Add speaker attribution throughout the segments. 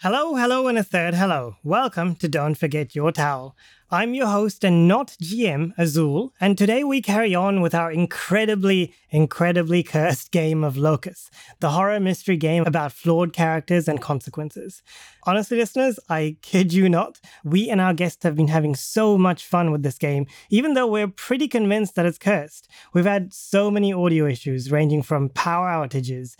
Speaker 1: Hello, hello, and a third hello. Welcome to Don't Forget Your Towel. I'm your host and not GM, Azul, and today we carry on with our incredibly, incredibly cursed game of Locus, the horror mystery game about flawed characters and consequences. Honestly, listeners, I kid you not, we and our guests have been having so much fun with this game, even though we're pretty convinced that it's cursed. We've had so many audio issues, ranging from power outages,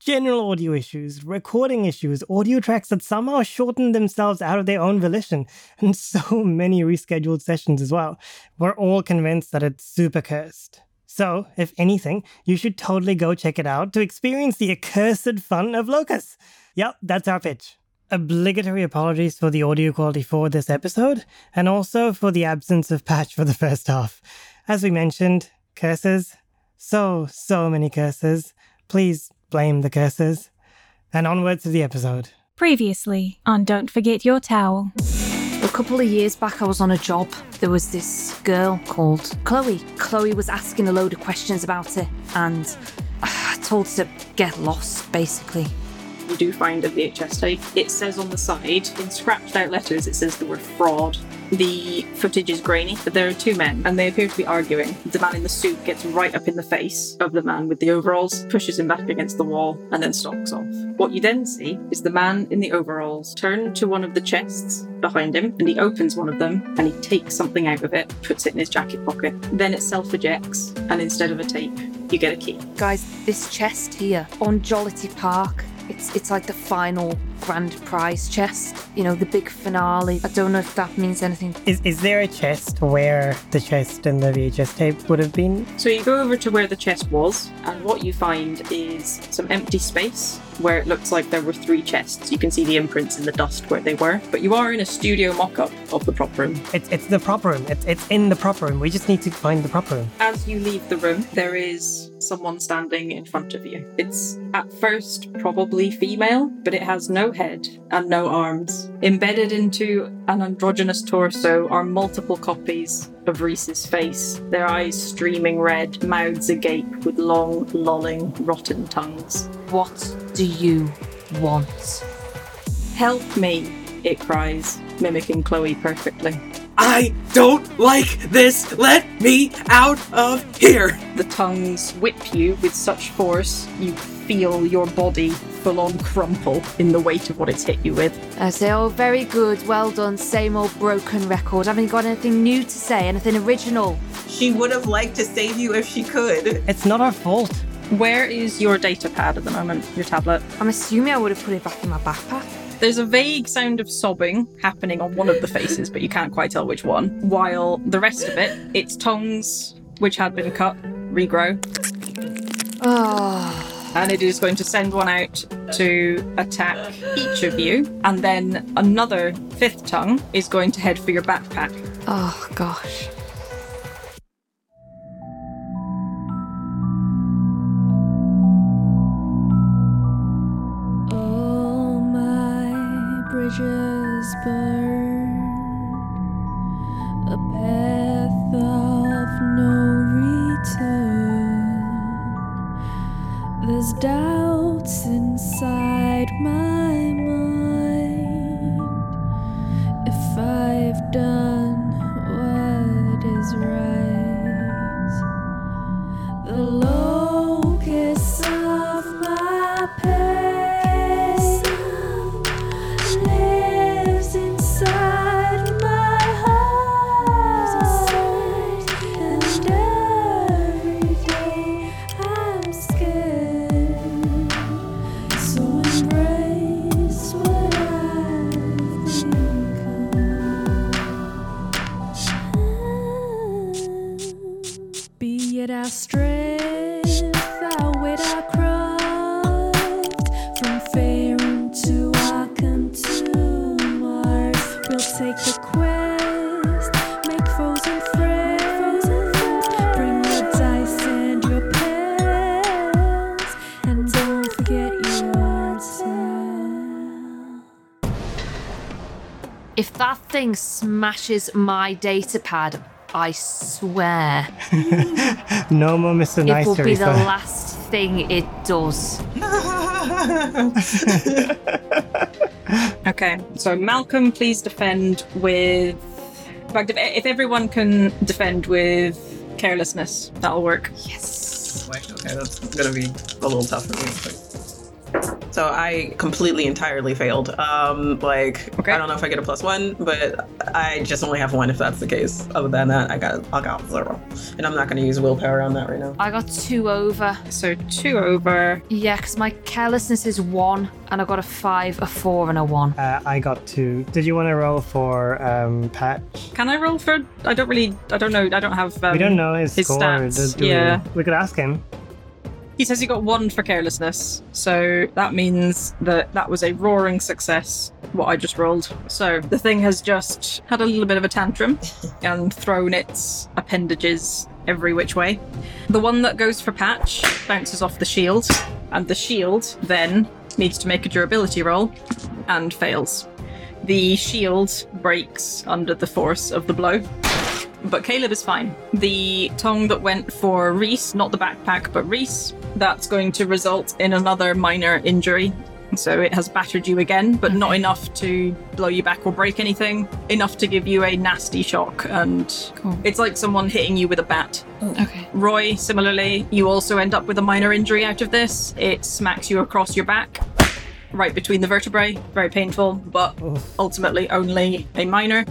Speaker 1: general audio issues, recording issues, audio tracks that somehow shortened themselves out of their own volition, and so many rescheduled sessions as well. We're all convinced that it's super cursed. So, if anything, you should totally go check it out to experience the accursed fun of Locus. Yep, that's our pitch. Obligatory apologies for the audio quality for this episode, and also for the absence of patch for the first half. As we mentioned, curses. So, so many curses. Please blame the curses. And onwards to the episode.
Speaker 2: Previously on Don't Forget Your Towel.
Speaker 3: A couple of years back, I was on a job. There was this girl called Chloe. Chloe was asking a load of questions about it, and I told her to get lost, basically.
Speaker 4: you do find a VHS tape, it says on the side, in scratched out letters, it says the word fraud. The footage is grainy, but there are two men, and they appear to be arguing. The man in the suit gets right up in the face of the man with the overalls, pushes him back against the wall, and then stalks off. What you then see is the man in the overalls turn to one of the chests behind him, and he opens one of them, and he takes something out of it, puts it in his jacket pocket. Then it self ejects, and instead of a tape, you get a key.
Speaker 3: Guys, this chest here on Jollity Park. It's, it's like the final grand prize chest, you know, the big finale. I don't know if that means anything.
Speaker 1: Is, is there a chest where the chest and the VHS tape would have been?
Speaker 4: So you go over to where the chest was, and what you find is some empty space where it looks like there were three chests. You can see the imprints in the dust where they were, but you are in a studio mock up of the prop room.
Speaker 1: It's, it's the prop room. It's, it's in the prop room. We just need to find the prop room.
Speaker 4: As you leave the room, there is someone standing in front of you. It's at first probably female, but it has no head and no arms. Embedded into an androgynous torso are multiple copies of Reese's face, their eyes streaming red, mouths agape with long, lolling, rotten tongues.
Speaker 3: What do you want?
Speaker 4: Help me, it cries, mimicking Chloe perfectly.
Speaker 5: I don't like this. Let me out of here.
Speaker 4: The tongues whip you with such force, you feel your body full on crumple in the weight of what it's hit you with.
Speaker 3: I say, oh, very good, well done, same old broken record. Haven't you got anything new to say, anything original?
Speaker 6: She would have liked to save you if she could.
Speaker 1: It's not our fault.
Speaker 4: Where is your data pad at the moment, your tablet?
Speaker 3: I'm assuming I would have put it back in my backpack.
Speaker 4: There's a vague sound of sobbing happening on one of the faces, but you can't quite tell which one. While the rest of it, its tongues, which had been cut, regrow,
Speaker 3: Oh.
Speaker 4: and it is going to send one out to attack each of you. And then another fifth tongue is going to head for your backpack.
Speaker 3: Oh gosh.
Speaker 7: All my bridges burn, a path of no return. There's doubts inside my mind. If I've done what is right. The locus of my pain lives inside my heart, and every day I'm scared. So embrace what I've become. Be it our strength, our wit, our craft, from fairing to our consumer, we'll take the quest, make foes and friends, bring your dice and your pens, and don't forget yourself.
Speaker 3: If that thing smashes my data pad, I swear
Speaker 1: No more Mr.
Speaker 3: it will be
Speaker 1: Nicery,
Speaker 3: the
Speaker 1: sir.
Speaker 3: last thing it does.
Speaker 4: Okay, so Malcolm, please defend with. In fact, if, if everyone can defend with carelessness, that'll work.
Speaker 6: Wait, okay, that's gonna be a little tough for me. But... So I completely entirely failed. Um, like
Speaker 4: Okay.
Speaker 6: I don't know if I get a plus one, but I just only have one if that's the case. Other than that, I got I got zero, and I'm not gonna use willpower on that right now.
Speaker 3: I got two over.
Speaker 4: So two over.
Speaker 3: Yeah, because my carelessness is one, and I got a five, a four, and a one.
Speaker 1: Uh, I got two. Did you want to roll for um, Pat?
Speaker 4: Can I roll for? I don't really. I don't know. I don't have. Um,
Speaker 1: we don't know his,
Speaker 4: his
Speaker 1: score.
Speaker 4: stats,
Speaker 1: does- do we?
Speaker 4: yeah.
Speaker 1: We could ask him.
Speaker 4: He says he got one for carelessness, so that means that that was a roaring success, what I just rolled. So the thing has just had a little bit of a tantrum and thrown its appendages every which way. The one that goes for Patch bounces off the shield, and the shield then needs to make a durability roll and fails. The shield breaks under the force of the blow but Caleb is fine. The tongue that went for Reese, not the backpack, but Reese, that's going to result in another minor injury. So it has battered you again, but not enough to blow you back or break anything. Enough to give you a nasty shock, and it's like someone hitting you with a bat.
Speaker 8: Okay.
Speaker 4: Roy, similarly, you also end up with a minor injury out of this. It smacks you across your back, right between the vertebrae. Very painful, but ultimately only a minor.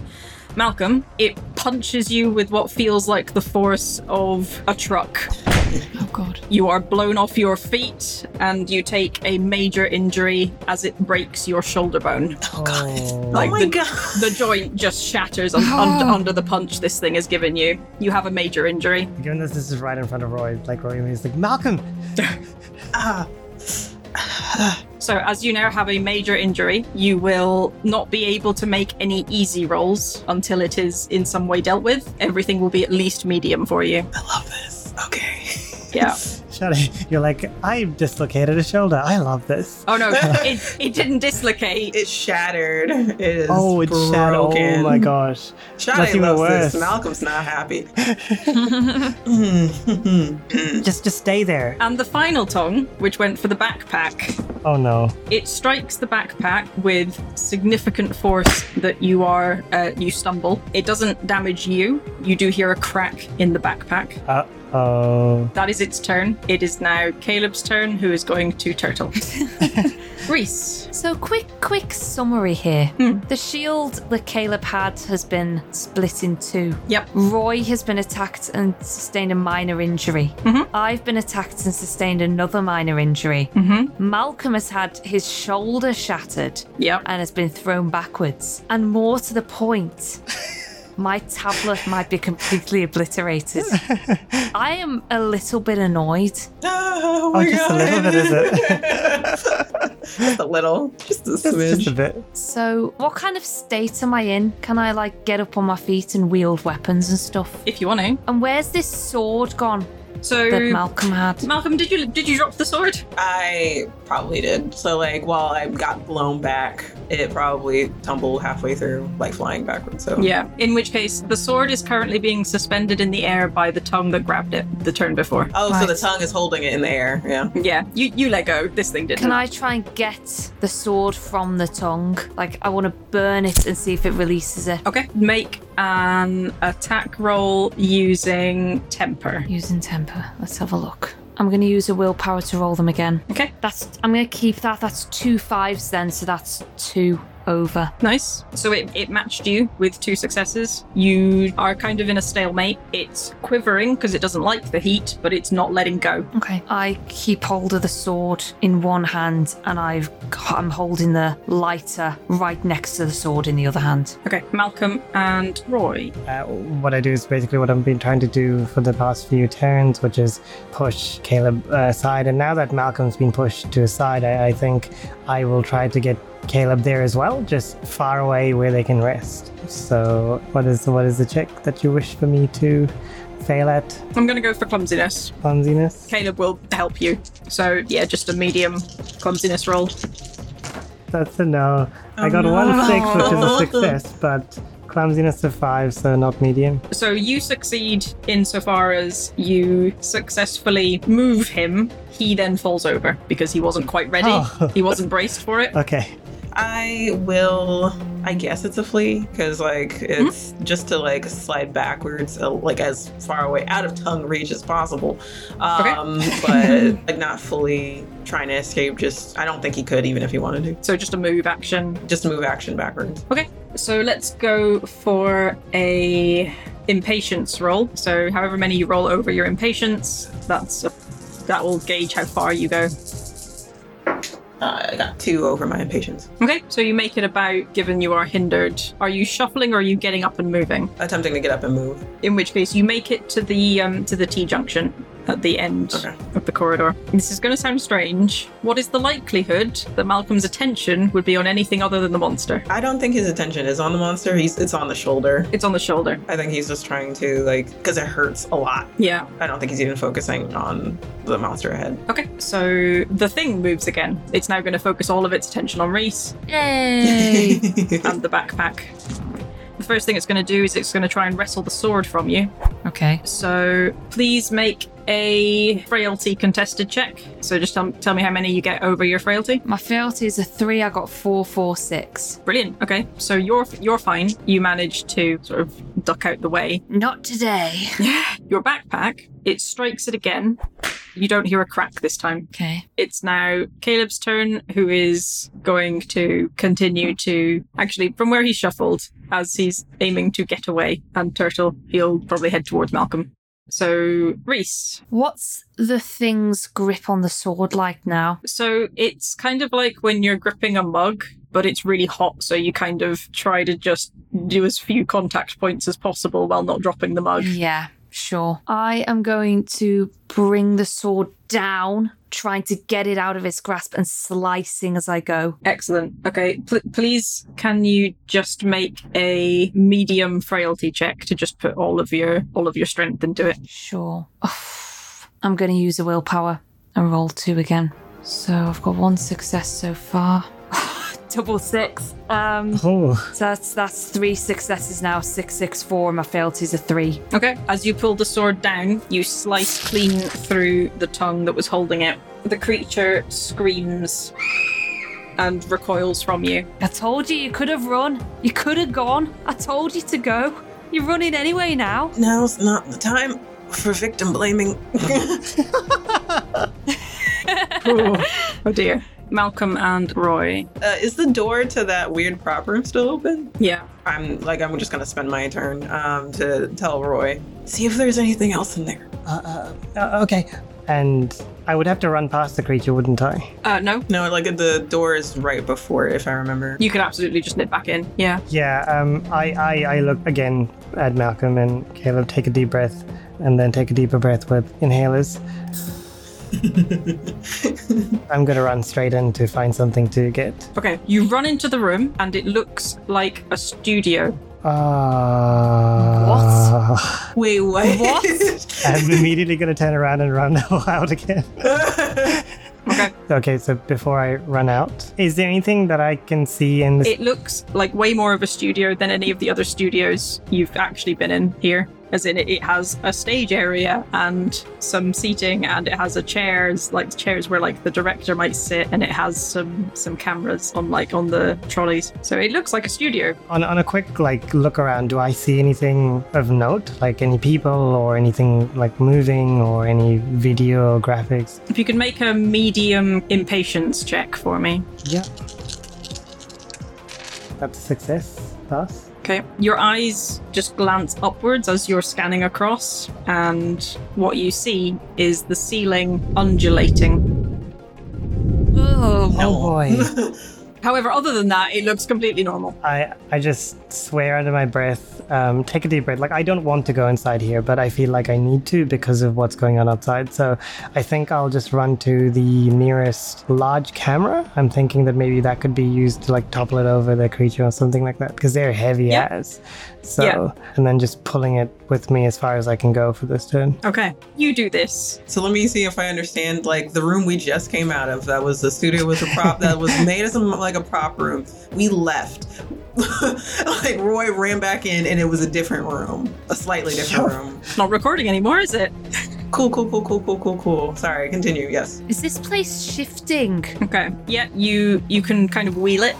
Speaker 4: Malcolm, it punches you with what feels like the force of a truck.
Speaker 8: Oh god.
Speaker 4: You are blown off your feet and you take a major injury as it breaks your shoulder bone.
Speaker 1: Oh, God.
Speaker 4: Like
Speaker 6: my
Speaker 4: the,
Speaker 6: God.
Speaker 4: the joint just shatters un-
Speaker 8: Oh.
Speaker 4: un- under the punch this thing has given you. You have a major injury.
Speaker 1: Given this, this is right in front of Roy. Like Roy, he's like Malcolm.
Speaker 6: Ah,
Speaker 4: So, as you now have a major injury, you will not be able to make any easy rolls until it is in some way dealt with. Everything will be at least medium for you.
Speaker 6: I love this. Okay.
Speaker 4: Yeah.
Speaker 1: Shut it. You're like I dislocated a shoulder. I love this.
Speaker 4: Oh no, it, it didn't dislocate.
Speaker 6: It's shattered. It is
Speaker 1: Oh, it's
Speaker 6: broken.
Speaker 1: shattered. Oh my gosh. That's
Speaker 6: Shadi
Speaker 1: even
Speaker 6: loves
Speaker 1: worse.
Speaker 6: this. Malcolm's not happy.
Speaker 1: Just, just stay there.
Speaker 4: And the final tongue, which went for the backpack,
Speaker 1: Oh no.
Speaker 4: it strikes the backpack with significant force that you are uh, you stumble. It doesn't damage you. You do hear a crack in the backpack.
Speaker 1: Uh oh.
Speaker 4: That is its turn. It is now Caleb's turn, who is going to turtle. Reese.
Speaker 3: So, quick, quick summary here. The shield that Caleb had has been split in two.
Speaker 4: Yep.
Speaker 3: Roy has been attacked and sustained a minor injury. I've been attacked and sustained another minor injury. Malcolm has had his shoulder shattered
Speaker 4: Yep.
Speaker 3: and has been thrown backwards. And more to the point, my tablet might be completely obliterated. I am a little bit annoyed.
Speaker 6: Oh,
Speaker 1: Oh,
Speaker 6: my
Speaker 1: just a
Speaker 6: God.
Speaker 1: little bit, is
Speaker 6: it? just a little. Just a smidge.
Speaker 1: Just a bit.
Speaker 3: So, what kind of state am I in? Can I like get up on my feet and wield weapons and stuff?
Speaker 4: If you want to.
Speaker 3: And where's this sword gone
Speaker 4: So
Speaker 3: that Malcolm had?
Speaker 4: Malcolm, did you did you drop the sword?
Speaker 6: I probably did. So, like, while I got blown back, it probably tumbled halfway through, like flying backwards. So,
Speaker 4: Yeah. In which case, the sword is currently being suspended in the air by the tongue that grabbed it the turn before.
Speaker 6: Oh, so the tongue is holding it in the air. Yeah.
Speaker 4: Yeah. You you let go. This thing didn't.
Speaker 3: Can I try and get the sword from the tongue? Like, I want to burn it and see if it releases it
Speaker 4: Okay. Make an attack roll using temper.
Speaker 3: using temper. Let's have a look. I'm going to use a willpower to roll them again.
Speaker 4: Okay.
Speaker 3: That's. I'm going to keep that. That's two fives then, so that's two over.
Speaker 4: Nice. So it, it matched you with two successes. You are kind of in a stalemate. It's quivering because it doesn't like the heat, but it's not letting go.
Speaker 3: Okay. I keep hold of the sword in one hand, and I've, I'm holding the lighter right next to the sword in the other hand.
Speaker 4: Okay. Malcolm and Roy.
Speaker 1: Uh, what I do is basically what I've been trying to do for the past few turns, which is push Caleb uh, aside. And now that Malcolm's been pushed to aside, I, I think I will try to get Caleb there as well, just far away where they can rest. So, what is what is the check that you wish for me to fail at?
Speaker 4: I'm gonna go for clumsiness.
Speaker 1: Clumsiness.
Speaker 4: Caleb will help you. So yeah, just a medium clumsiness roll.
Speaker 1: That's a no. I got one six, which is a success, but clumsiness of five, so not medium.
Speaker 4: So you succeed insofar as you successfully move him. He then falls over because he wasn't quite ready.
Speaker 1: Oh.
Speaker 4: He wasn't braced for it.
Speaker 1: Okay.
Speaker 6: I will. I guess it's a flea because like it's just to like slide backwards, uh, like as far away out of tongue reach as possible. Um, but like not fully trying to escape. Just I don't think he could even if he wanted to.
Speaker 4: So just a move action.
Speaker 6: Just move action backwards.
Speaker 4: Okay, so let's go for a impatience roll. So however many you roll over your impatience, that's a, that will gauge how far you go.
Speaker 6: Uh, I got two over my impatience.
Speaker 4: Okay, so you make it about given you are hindered. Are you shuffling or are you getting up and moving?
Speaker 6: Attempting to get up and move.
Speaker 4: In which case you make it to the um, to the T junction at the end
Speaker 6: Okay.
Speaker 4: of the corridor. This is going to sound strange. What is the likelihood that Malcolm's attention would be on anything other than the monster?
Speaker 6: I don't think his attention is on the monster. He's it's on the shoulder.
Speaker 4: It's on the shoulder.
Speaker 6: I think he's just trying to like because it hurts a lot.
Speaker 4: Yeah.
Speaker 6: I don't think he's even focusing on the monster ahead.
Speaker 4: Okay. So the thing moves again. It's now going to focus all of its attention on Reese
Speaker 3: Yay!
Speaker 4: and the backpack. The first thing it's going to do is it's going to try and wrestle the sword from you.
Speaker 3: okay.
Speaker 4: So please make a frailty contested check. So just tell, tell me how many you get over your frailty.
Speaker 3: My frailty is a three. I got four, four, six.
Speaker 4: Brilliant. Okay, so you're you're fine. You managed to sort of duck out the way.
Speaker 3: Not today.
Speaker 4: Your backpack it strikes it again. You don't hear a crack this time.
Speaker 3: Okay.
Speaker 4: It's now Caleb's turn, who is going to continue to actually from where he shuffled as he's aiming to get away. And Turtle, he'll probably head towards Malcolm. So Reese,
Speaker 3: What's the thing's grip on the sword like now?
Speaker 4: So it's kind of like when you're gripping a mug, but it's really hot, so you kind of try to just do as few contact points as possible while not dropping the mug.
Speaker 3: Yeah, sure. I am going to bring the sword down, trying to get it out of his grasp and slicing as I go.
Speaker 4: Excellent. Okay, pl- please can you just make a medium frailty check to just put all of your all of your strength into it?
Speaker 3: Sure. I'm going to use a willpower and roll two again. So I've got one success so far. Double six. Um,
Speaker 1: Oh,
Speaker 3: so that's that's three successes now. Six, six, four. And my frailty's a three.
Speaker 4: Okay. As you pull the sword down, you slice clean through the tongue that was holding it. The creature screams and recoils from you.
Speaker 3: I told you you could have run. You could have gone. I told you to go. You're running anyway now.
Speaker 6: Now's not the time for victim blaming.
Speaker 4: Oh dear. Malcolm and Roy.
Speaker 6: uh, is the door to that weird prop room still open?
Speaker 4: Yeah.
Speaker 6: I'm like I'm just gonna spend my turn um, to tell Roy. See if there's anything else in there.
Speaker 1: uh, uh, uh, okay. And I would have to run past the creature, wouldn't I?
Speaker 4: Uh, no.
Speaker 6: No, like the door is right before, it, if I remember.
Speaker 4: You could absolutely just nip back in. Yeah.
Speaker 1: Yeah. Um. I, I I look again at Malcolm and Caleb. Take a deep breath, and then take a deeper breath with inhalers. I'm gonna run straight in to find something to get.
Speaker 4: Okay. You run into the room and it looks like a studio.
Speaker 1: Uh, what?
Speaker 6: Wait, what?
Speaker 1: I'm immediately going to turn around and run out again.
Speaker 4: Okay.
Speaker 1: Okay, so before I run out, is there anything that I can see in this?
Speaker 4: it looks like way more of a studio than any of the other studios you've actually been in here. As in, it, it has a stage area and some seating, and it has a chairs, like chairs where like the director might sit, and it has some some cameras on like on the trolleys. So it looks like a studio.
Speaker 1: on, on a quick like look around, do I see anything of note, like any people or anything like moving or any video or graphics?
Speaker 4: If you can make a medium impatience check for me.
Speaker 1: Yeah, that's a success. Thus,
Speaker 4: Okay. Your eyes just glance upwards as you're scanning across, and what you see is the ceiling undulating.
Speaker 3: Ugh.
Speaker 1: oh boy,
Speaker 4: However, other than that, it looks completely normal.
Speaker 1: I I just swear under my breath, um, take a deep breath. Like I don't want to go inside here, but I feel like I need to because of what's going on outside. So I think I'll just run to the nearest large camera. I'm thinking that maybe that could be used to like topple it over the creature or something like that because they're heavy
Speaker 4: Yeah.
Speaker 1: as. So
Speaker 4: Yeah.
Speaker 1: and then just pulling it with me as far as I can go for this turn.
Speaker 4: Okay. You do this.
Speaker 6: So let me see if I understand. Like the room we just came out of, that was the studio was a prop that was made as a, like a prop room. We left. like Roy ran back in, and it was a different room, a slightly different room.
Speaker 4: It's not recording anymore, is it?
Speaker 6: Cool, cool, cool, cool, cool, cool, cool. Sorry, continue. Yes.
Speaker 3: Is this place shifting?
Speaker 4: Okay. Yeah, you you can kind of wheel it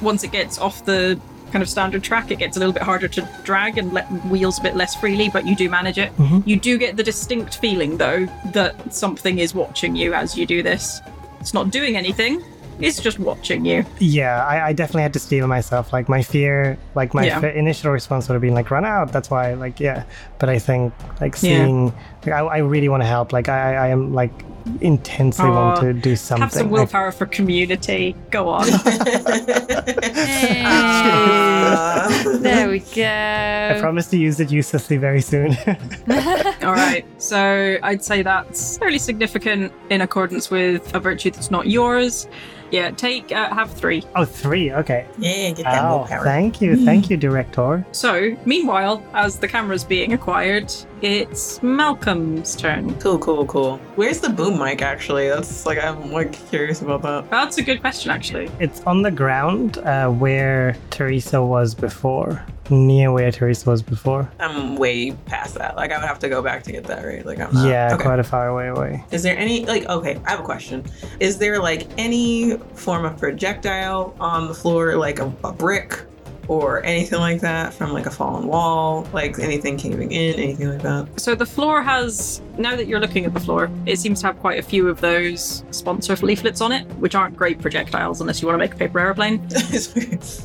Speaker 4: once it gets off the kind of standard track, it gets a little bit harder to drag and let wheels a bit less freely, but you do manage it. You do get the distinct feeling, though, that something is watching you as you do this. It's not doing anything, it's just watching you.
Speaker 1: Yeah, I, I definitely had to steel myself. Like my fear, like my
Speaker 4: Yeah.
Speaker 1: fe- initial response would have been like run out. That's why, like, yeah. But I think like seeing, like, I, I really want to help. Like I, I am like intensely want
Speaker 4: Aw,
Speaker 1: to do something.
Speaker 4: Have some
Speaker 1: Like,
Speaker 4: willpower for community. Go on.
Speaker 3: there we
Speaker 1: I
Speaker 3: go.
Speaker 1: promise to use it uselessly very soon.
Speaker 4: All right. So I'd say that's fairly significant in accordance with a virtue that's not yours. Yeah, take, uh, have three.
Speaker 1: oh, three. Okay.
Speaker 6: Yeah, get that
Speaker 1: Oh,
Speaker 6: willpower.
Speaker 1: thank you, thank you, director.
Speaker 4: So, meanwhile, as the camera's being acquired, it's Malcolm's turn.
Speaker 6: Cool, cool, cool. Where's the boom mic actually? That's like I'm like curious about that.
Speaker 4: That's a good question, actually.
Speaker 1: It's on the ground uh, where Teresa was before, near where Teresa was before.
Speaker 6: I'm way past that. Like I would have to go back to get that right. Like I'm not.
Speaker 1: yeah,
Speaker 6: okay.
Speaker 1: quite a far way away.
Speaker 6: Is there any like okay, I have a question. Is there like any form of projectile on the floor, like a, a brick or anything like that from like a fallen wall, like anything caving in, anything like that?
Speaker 4: So, the floor has, now that you're looking at the floor, it seems to have quite a few of those sponsor leaflets on it, which aren't great projectiles unless you want to make a paper aeroplane.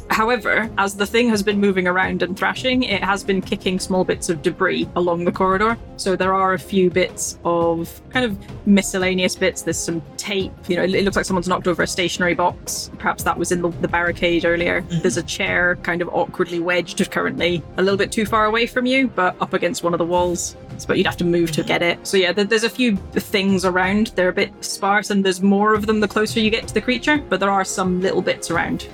Speaker 4: However, as the thing has been moving around and thrashing, it has been kicking small bits of debris along the corridor. So there are a few bits of kind of miscellaneous bits. There's some tape. You know, it it looks like someone's knocked over a stationery box. Perhaps that was in the, the barricade earlier. There's a chair kind of awkwardly wedged currently, a little bit too far away from you, but up against one of the walls. But you'd have to move to get it. So yeah, there- there's a few things around. They're a bit sparse, and there's more of them the closer you get to the creature. But there are some little bits around.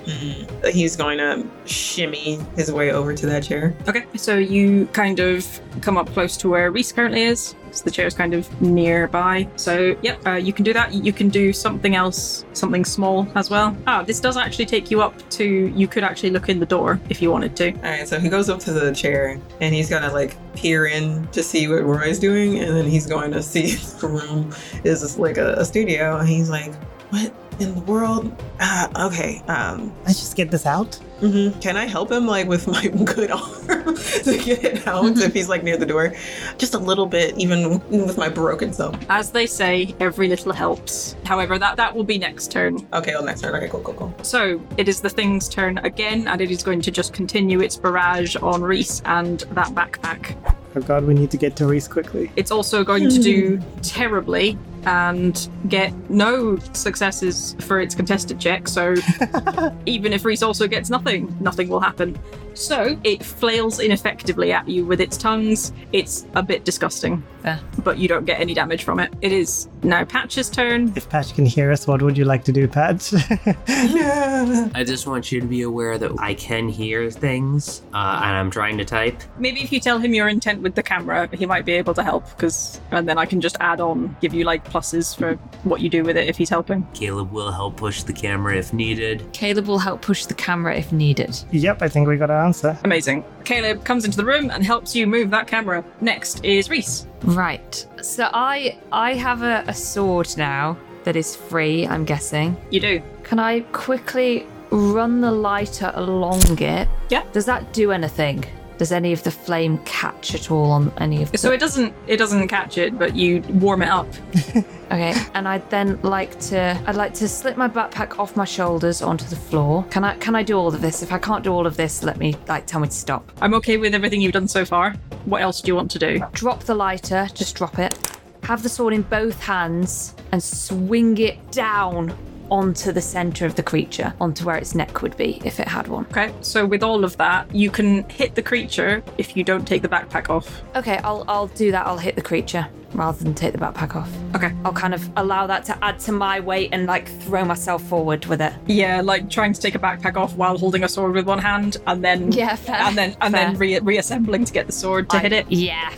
Speaker 6: He's going to shimmy his way over to that chair.
Speaker 4: Okay, so you kind of come up close to where Reese currently is. So the chair's kind of nearby. So, yep, uh, you can do that. You can do something else, something small as well. Ah, this does actually take you up to. You could actually look in the door if you wanted to.
Speaker 6: All right, so he goes up to the chair and he's gonna like peer in to see what Roy's doing, and then he's going to see if the room is just like a, a studio, and he's like, "What in the world? Uh, okay, um,
Speaker 1: Let's just get this out.
Speaker 6: hmm can I help him like with my good arm to get it out
Speaker 1: Mm-hmm.
Speaker 6: if he's like near the door, just a little bit, even with my broken self?
Speaker 4: As they say, every little helps. However, that, that will be next turn.
Speaker 6: Okay, well next turn. Okay, cool, cool, cool.
Speaker 4: So it is the thing's turn again, and it is going to just continue its barrage on Reese and that backpack.
Speaker 1: Oh God, we need to get to Reese quickly.
Speaker 4: It's also going to do terribly and get no successes for its contested check. So even if Reese also gets nothing, nothing will happen. So it flails ineffectively at you with its tongues. It's a bit disgusting,
Speaker 3: Fair.
Speaker 4: but you don't get any damage from it. It is now Patch's turn.
Speaker 1: If Patch can hear us, what would you like to do, Patch?
Speaker 8: I just want you to be aware that I can hear things, uh, and I'm trying to type.
Speaker 4: Maybe if you tell him your intent with the camera, he might be able to help. Because and then I can just add on, give you like pluses for what you do with it if he's helping.
Speaker 8: Caleb will help push the camera if needed.
Speaker 3: Caleb will help push the camera if needed.
Speaker 1: yep, I think we got our answer.
Speaker 4: Amazing. Caleb comes into the room and helps you move that camera. Next is Reese.
Speaker 3: Right. So I I have a, a sword now that is free, I'm guessing.
Speaker 4: You do.
Speaker 3: Can I quickly run the lighter along it?
Speaker 4: Yeah.
Speaker 3: Does that do anything? Does any of the flame catch at all on any of the
Speaker 4: So it doesn't it doesn't catch it, but you warm it up.
Speaker 3: Okay. And I'd then like to I'd like to slip my backpack off my shoulders onto the floor. Can I can I do all of this? If I can't do all of this, let me like tell me to stop.
Speaker 4: I'm okay with everything you've done so far. What else do you want to do?
Speaker 3: Drop the lighter, just drop it. Have the sword in both hands and swing it down onto the center of the creature, onto where its neck would be if it had one.
Speaker 4: Okay, so with all of that, you can hit the creature if you don't take the backpack off.
Speaker 3: Okay, I'll I'll do that. I'll hit the creature rather than take the backpack off.
Speaker 4: Okay.
Speaker 3: I'll kind of allow that to add to my weight and like throw myself forward with it.
Speaker 4: Yeah, like trying to take a backpack off while holding a sword with one hand, and then
Speaker 3: Yeah, fair.
Speaker 4: and then and then re- reassembling to get the sword to
Speaker 3: I-
Speaker 4: hit it.
Speaker 3: Yeah,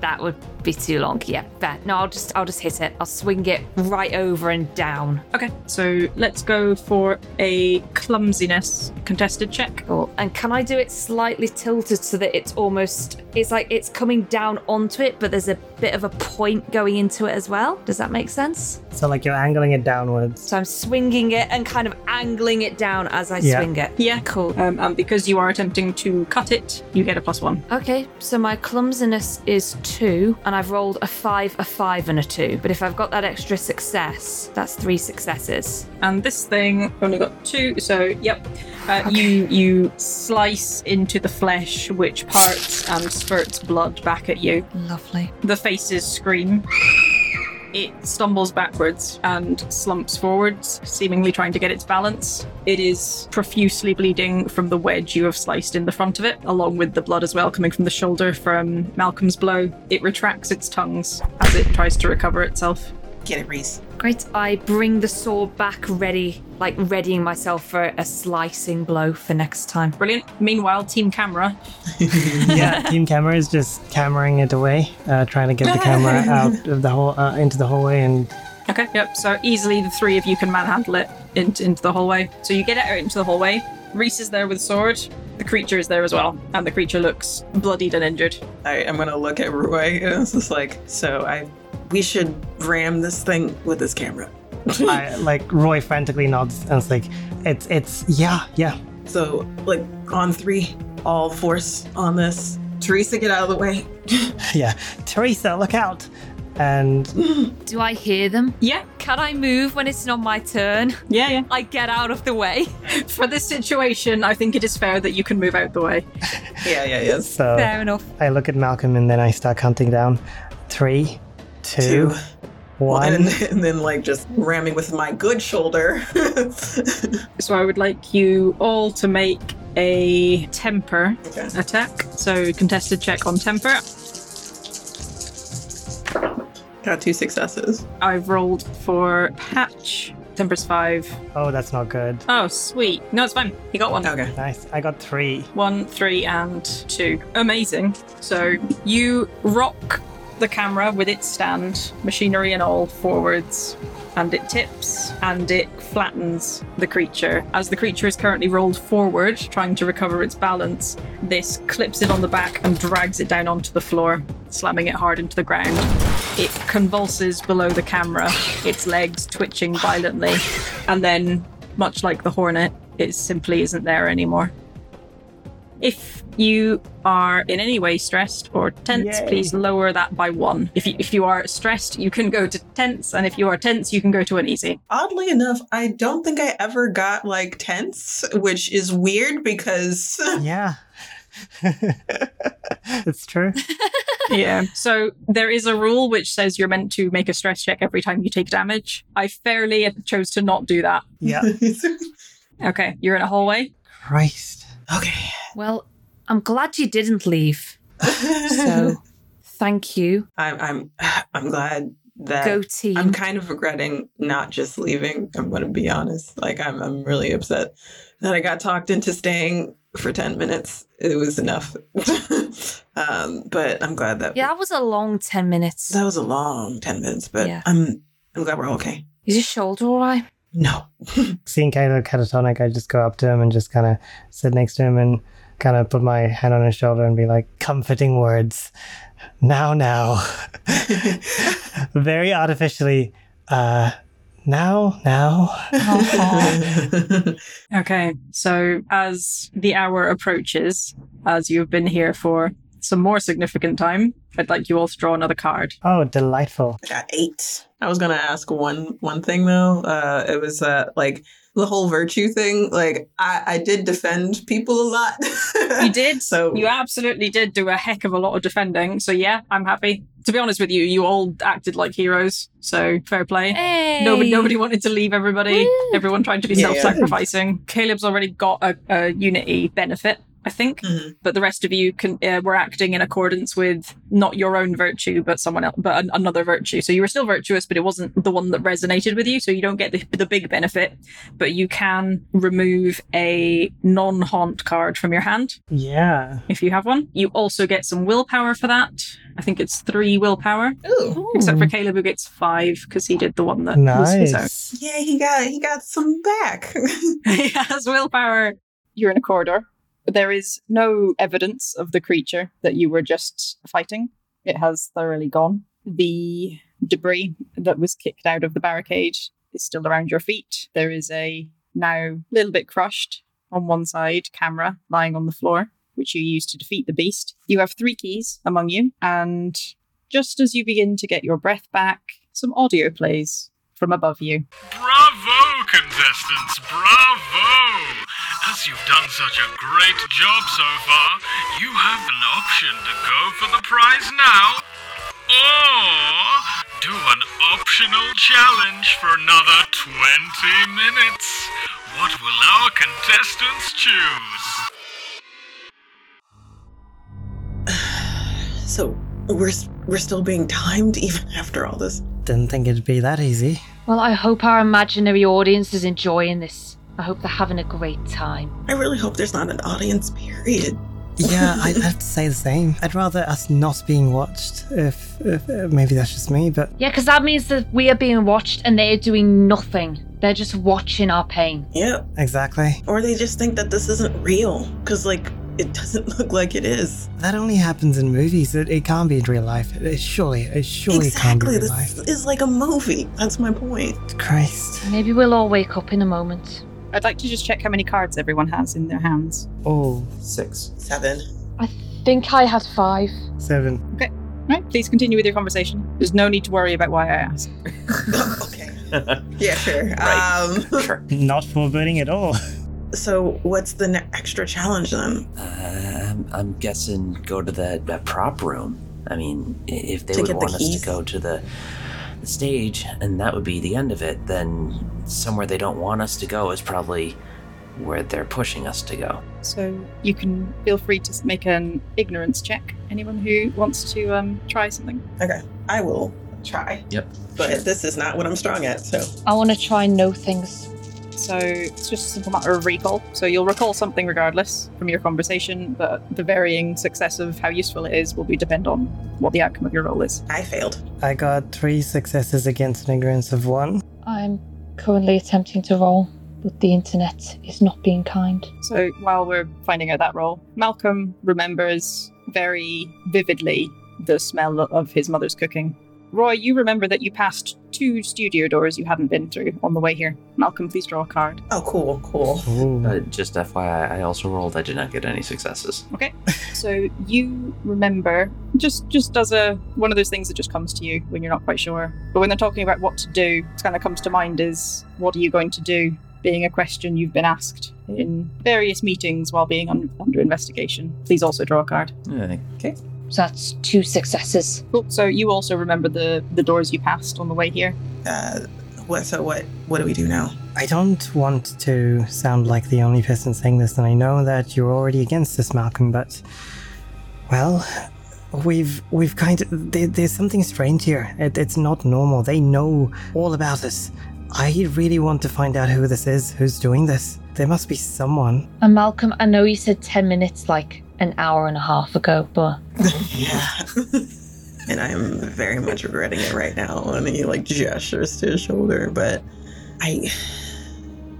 Speaker 3: that would be too long. Yeah, fair. No, I'll just I'll just hit it. I'll swing it right over and down.
Speaker 4: Okay, so let's go for a clumsiness contested check.
Speaker 3: Cool. And can I do it slightly tilted so that it's almost it's like it's coming down onto it, but there's a bit of a point going into it as well? Does that make sense?
Speaker 1: So like you're angling it downwards.
Speaker 3: So I'm swinging it and kind of angling it down as I
Speaker 1: Yeah.
Speaker 3: swing it.
Speaker 4: Yeah.
Speaker 3: Cool.
Speaker 4: Um, and because you are attempting to cut it, you get a plus one.
Speaker 3: Okay, so my clumsiness is two, and I've rolled a five, a five, and a two. But if I've got that extra success, that's three successes.
Speaker 4: and this thing only got two so yep uh, you you slice into the flesh which parts and spurts blood back at you
Speaker 3: Lovely.
Speaker 4: the faces scream it stumbles backwards and slumps forwards seemingly trying to get its balance it is profusely bleeding from the wedge you have sliced in the front of it along with the blood as well coming from the shoulder from malcolm's blow it retracts its tongues as it tries to recover itself
Speaker 6: Get it, Reese.
Speaker 3: Great. I bring the sword back ready, like readying myself for a slicing blow for next time.
Speaker 4: brilliant meanwhile team camera
Speaker 1: yeah, team camera is just cameraing it away, uh, trying to get the camera out of the hall uh, into the hallway and
Speaker 4: Okay, yep. So easily the three of you can manhandle it in, into the hallway. So you get it out into the hallway. Reese is there with a sword. The creature is there as well. And the creature looks bloodied and injured.
Speaker 6: I, I'm gonna look at Rui and it's just like, so I, we should ram this thing with this camera.
Speaker 1: I, like Roy frantically nods and it's like, it's it's yeah yeah.
Speaker 6: So like on three, all force on this. Teresa, get out of the way.
Speaker 1: Yeah, Teresa, look out! And
Speaker 3: Do I hear them?
Speaker 4: Yeah,
Speaker 3: Can I move when it's not my turn?
Speaker 4: yeah, yeah.
Speaker 3: I get out of the way.
Speaker 4: For this situation, I think it is fair that you can move out the way.
Speaker 6: Yeah, yeah, yes.
Speaker 1: so
Speaker 3: Fair enough.
Speaker 1: I look at Malcolm and then I start counting down, three, two,
Speaker 6: Two.
Speaker 1: one.
Speaker 6: And, and then like just ramming with my good shoulder.
Speaker 4: So I would like you all to make a temper
Speaker 6: Okay.
Speaker 4: attack. So contested check on temper.
Speaker 6: Got two successes.
Speaker 4: I've rolled for patch. Temper's five.
Speaker 1: Oh, that's not good.
Speaker 4: Oh, sweet. No, it's fine. He got one.
Speaker 6: Okay.
Speaker 1: Nice. I got three.
Speaker 4: One, three, and two. Amazing. So you rock the camera with its stand, machinery and all, forwards, and it tips and it flattens the creature. As the creature is currently rolled forward, trying to recover its balance, this clips it on the back and drags it down onto the floor, slamming it hard into the ground. It convulses below the camera, its legs twitching violently, and then, much like the hornet, it simply isn't there anymore. If you are in any way stressed or tense,
Speaker 1: Yay.
Speaker 4: please lower that by one. If you, if you are stressed, you can go to tense, and if you are tense, you can go to an easy.
Speaker 6: Oddly enough, I don't think I ever got like tense, which is weird because
Speaker 1: Yeah. it's true.
Speaker 4: yeah. So there is a rule which says you're meant to make a stress check every time you take damage. I fairly chose to not do that.
Speaker 1: Yeah.
Speaker 4: Okay, you're in a hallway.
Speaker 1: Christ.
Speaker 6: okay.
Speaker 3: Well, I'm glad you didn't leave. So, thank you,
Speaker 6: I'm I'm I'm glad
Speaker 4: Uh,
Speaker 6: that
Speaker 3: Go team.
Speaker 6: I'm kind of regretting not just leaving. I'm gonna be honest. Like I'm I'm really upset that I got talked into staying for ten minutes. It was enough. um, but I'm glad that
Speaker 3: yeah, that was a long ten minutes.
Speaker 6: that was a long ten minutes, but
Speaker 3: Yeah.
Speaker 6: I'm I'm glad we're okay.
Speaker 3: Is your shoulder all right?
Speaker 6: No.
Speaker 1: Seeing Kaido catatonic, I just go up to him and just kind of sit next to him and kind of put my hand on his shoulder and be like, comforting words. Now, now. Very artificially. Uh, now, now.
Speaker 4: Okay. So as the hour approaches, as you've been here for some more significant time, I'd like you all to draw another card.
Speaker 1: Oh, delightful.
Speaker 6: I got eight. I was gonna ask one one thing though. Uh, it was uh, like the whole virtue thing. Like I, I did defend people a lot.
Speaker 4: You did.
Speaker 6: So-
Speaker 4: you absolutely did do a heck of a lot of defending. So yeah, I'm happy. To be honest with you, you all acted like heroes. So fair play.
Speaker 3: Hey.
Speaker 4: Nobody, nobody wanted to leave everybody.
Speaker 3: Woo.
Speaker 4: Everyone tried to be
Speaker 6: Yeah, yeah.
Speaker 4: self-sacrificing. Caleb's already got a, a unity benefit. I think.
Speaker 6: Mhm.
Speaker 4: But the rest of you can uh, were acting in accordance with not your own virtue, but someone else, but an- another virtue. So you were still virtuous, but it wasn't the one that resonated with you. So you don't get the, the big benefit, but you can remove a non haunt card from your hand
Speaker 1: Yeah.
Speaker 4: if you have one. You also get some willpower for that. I think it's three willpower,
Speaker 6: Ooh.
Speaker 4: except for Caleb who gets five because he did the one that was his own.
Speaker 1: Nice.
Speaker 6: Yeah, he got he got some back.
Speaker 4: he has willpower. You're in a corridor. There is no evidence of the creature that you were just fighting. It has thoroughly gone. The debris that was kicked out of the barricade is still around your feet. There is a now little bit crushed on one side camera lying on the floor, which you used to defeat the beast. You have three keys among you, and just as you begin to get your breath back, some audio plays from above you.
Speaker 9: Bravo, contestants! Bravo! As you've done such a great job so far, you have an option to go for the prize now, or do an optional challenge for another 20 minutes. What will our contestants choose?
Speaker 6: so we're s- we're still being timed even after all this.
Speaker 1: Didn't think it'd be that easy.
Speaker 10: Well, I hope our imaginary audience is enjoying this. I hope they're having a great time.
Speaker 6: I really hope there's not an audience. Period.
Speaker 1: Yeah, I- I'd have to say the same. I'd rather us not being watched. If, if uh, maybe that's just me, but
Speaker 10: Yeah, because that means that we are being watched and they're doing nothing. They're just watching our pain.
Speaker 6: Yep.
Speaker 1: exactly.
Speaker 6: Or they just think that this isn't real because like it doesn't look like it is.
Speaker 1: That only happens in movies. It, it can't be in real life. It, it surely, it surely can't be
Speaker 6: exactly.
Speaker 1: real
Speaker 6: This
Speaker 1: life.
Speaker 6: is like a movie. That's my point.
Speaker 1: Christ.
Speaker 10: Maybe we'll all wake up in a moment.
Speaker 4: I'd like to just check how many cards everyone has in their hands.
Speaker 1: Oh,
Speaker 8: Six.
Speaker 6: Seven.
Speaker 10: I think I had five.
Speaker 1: seven.
Speaker 4: Right, please continue with your conversation. There's no need to worry about why I asked.
Speaker 6: okay. Yeah. Sure.
Speaker 8: Right.
Speaker 6: Um,
Speaker 8: Sure.
Speaker 1: Not foreboding at all.
Speaker 6: so what's the ne- extra challenge then?
Speaker 8: Um, I'm guessing go to the, the prop room. I mean, i- if they
Speaker 6: To
Speaker 8: would
Speaker 6: get the
Speaker 8: want us
Speaker 6: keys?
Speaker 8: to go to the, the stage and that would be the end of it, then somewhere they don't want us to go is probably where they're pushing us to go.
Speaker 4: So you can feel free to s- make an ignorance check. Anyone who wants to um, try something.
Speaker 6: I will try.
Speaker 8: Yep.
Speaker 6: But this is not what I'm strong at. So
Speaker 10: I want to try and know things.
Speaker 4: So it's just a simple matter of recall. So you'll recall something regardless from your conversation, but the varying success of how useful it is will be depend on what the outcome of your role is.
Speaker 6: I failed.
Speaker 1: I got three successes against an ignorance of one.
Speaker 10: I'm currently attempting to roll, but the internet is not being kind.
Speaker 4: So while we're finding out that role, Malcolm remembers very vividly the smell of his mother's cooking. Roy, you remember that you passed two studio doors you hadn't been through on the way here. Malcolm, please draw a card.
Speaker 6: Oh, cool, cool.
Speaker 1: Ooh.
Speaker 8: Uh, just FYI, I also rolled. I did not get any successes.
Speaker 4: So you remember just just as a one of those things that just comes to you when you're not quite sure. But when they're talking about what to do, it kind of comes to mind is what are you going to do? Being a question you've been asked in various meetings while being un- under investigation. Please also draw a card.
Speaker 8: Okay.
Speaker 10: So that's two successes.
Speaker 4: Cool. Oh, So you also remember the the doors you passed on the way here.
Speaker 6: Uh, what? So what? What do we do now?
Speaker 1: I don't want to sound like the only person saying this, and I know that you're already against this, Malcolm, but well, we've we've kind of there, there's something strange here. It, it's not normal. They know all about us. I really want to find out who this is, who's doing this. There must be someone.
Speaker 10: And Malcolm, I know you said 10 minutes like an hour and a half ago, but
Speaker 6: Yeah. and I'm very much regretting it right now. And he like gestures to his shoulder, but I,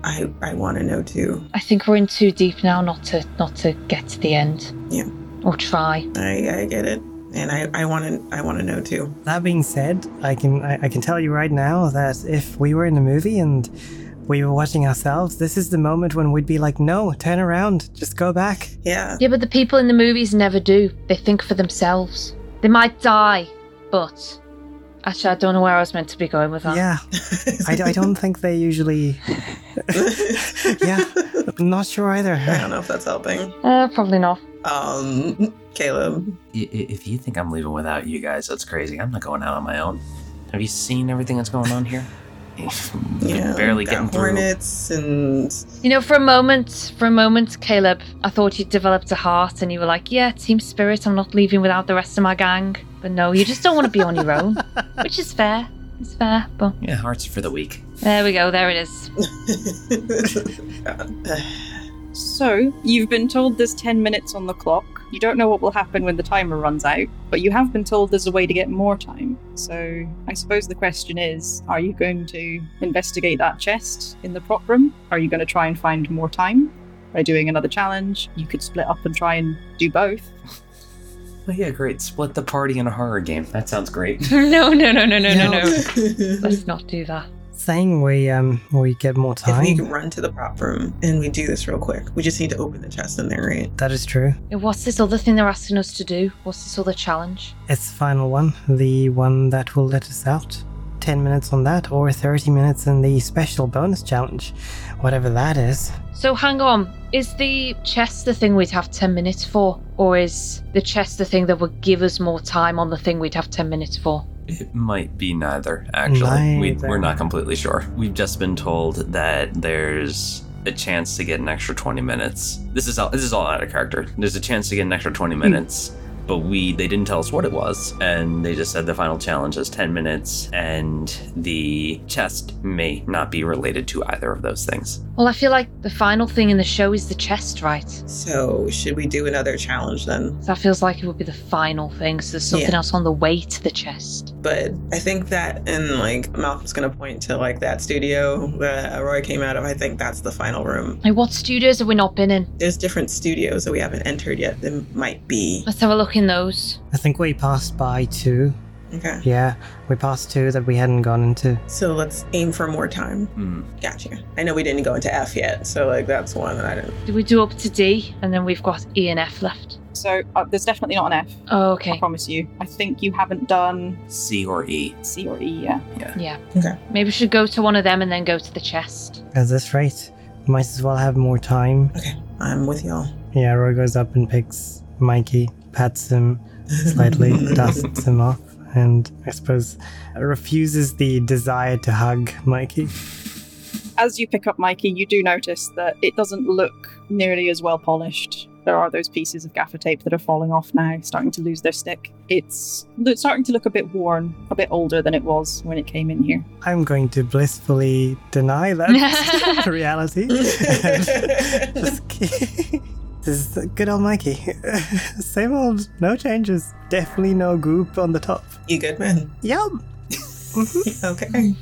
Speaker 6: I, I want to know too.
Speaker 10: I think we're in too deep now not to not to get to the end.
Speaker 6: Yeah.
Speaker 10: Or try.
Speaker 6: I, I get it, and I, I want to, I want to know too.
Speaker 1: That being said, I can I, I can tell you right now that if we were in a movie and we were watching ourselves, this is the moment when we'd be like, no, turn around, just go back.
Speaker 6: Yeah.
Speaker 10: Yeah, but the people in the movies never do. They think for themselves. They might die, but actually I don't know where I was meant to be going with that.
Speaker 1: Yeah, I, I don't think they usually. yeah, I'm not sure either.
Speaker 6: I don't know if that's helping.
Speaker 10: Uh, probably not.
Speaker 6: Um, Caleb.
Speaker 8: If you think I'm leaving without you guys, that's crazy. I'm not going out on my own. Have you seen everything that's going on here?
Speaker 6: Yeah,
Speaker 8: barely
Speaker 6: got
Speaker 8: getting through.
Speaker 6: hornets and
Speaker 10: You know, for a moment, for a moment, Caleb, I thought you'd developed a heart and you were like, yeah, team spirit, I'm not leaving without the rest of my gang. But no, you just don't want to be on your own, which is fair. It's fair, but
Speaker 8: Yeah, hearts for the weak.
Speaker 10: there we go, there it is.
Speaker 4: So, you've been told there's 10 minutes on the clock. You don't know what will happen when the timer runs out, but you have been told there's a way to get more time. So, I suppose the question is are you going to investigate that chest in the prop room? Are you going to try and find more time by doing another challenge? You could split up and try and do both.
Speaker 8: Oh, yeah, great. Split the party in a horror game. That sounds great.
Speaker 10: no, no, no, no, no, no,
Speaker 1: No.
Speaker 10: no. Let's not do that.
Speaker 1: Saying we um we get more
Speaker 6: if we can
Speaker 1: time.
Speaker 6: run to the prop room and we do this real quick, we just need to open the chest in there, right?
Speaker 1: That is true.
Speaker 10: And What's this other thing they're asking us to do? What's this other challenge?
Speaker 1: It's the final one, the one that will let us out. 10 minutes on that, or 30 minutes in the special bonus challenge, whatever that is.
Speaker 10: So hang on, is the chest the thing we'd have 10 minutes for? Or is the chest the thing that would give us more time on the thing we'd have 10 minutes for?
Speaker 8: It might be neither, actually. We,
Speaker 1: Neither.
Speaker 8: we're not completely sure. We've just been told that there's a chance to get an extra 20 minutes. This is all this is all out of character. There's a chance to get an extra 20 minutes, but we they didn't tell us what it was, and they just said the final challenge is 10 minutes and the chest may not be related to either of those things.
Speaker 10: Well, I feel like the final thing in the show is the chest, right?
Speaker 6: So should we do another challenge then?
Speaker 10: That feels like it would be the final thing. So there's something
Speaker 6: Yeah.
Speaker 10: else on the way to the chest.
Speaker 6: But I think that and like Malcolm's gonna point to like that studio that Roy came out of. I think that's the final room.
Speaker 10: Like, what studios have we not been in?
Speaker 6: There's different studios that we haven't entered yet. There might be.
Speaker 10: Let's have a look in those.
Speaker 1: I think we passed by two.
Speaker 6: Okay.
Speaker 1: Yeah, we passed two that we hadn't gone into.
Speaker 6: So let's aim for more time.
Speaker 8: Hmm.
Speaker 6: Gotcha. I know we didn't go into F yet, so like that's one that I didn't.
Speaker 10: Did we do up to D? And then we've got E and F left.
Speaker 4: So, uh, there's definitely not an F,
Speaker 10: Oh,
Speaker 4: I
Speaker 10: okay.
Speaker 4: promise you. I think you haven't done
Speaker 8: C or E.
Speaker 4: C or E, yeah.
Speaker 10: Yeah.
Speaker 6: Okay.
Speaker 10: Maybe we should go to one of them and then go to the chest.
Speaker 1: At this rate, might as well have more time.
Speaker 6: I'm with y'all.
Speaker 1: Yeah, Roy goes up and picks Mikey, pats him slightly, dusts him off, and I suppose refuses the desire to hug Mikey.
Speaker 4: as you pick up Mikey, you do notice that it doesn't look nearly as well polished. There are those pieces of gaffer tape that are falling off now, starting to lose their stick. It's it's starting to look a bit worn, a bit older than it was when it came in here.
Speaker 1: I'm going to blissfully deny that reality. Just ki- this is good old Mikey. Same old, no changes. Definitely no goop on the top.
Speaker 6: you good man?
Speaker 1: Yup.
Speaker 6: Okay.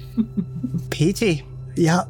Speaker 1: Peachy. Yup.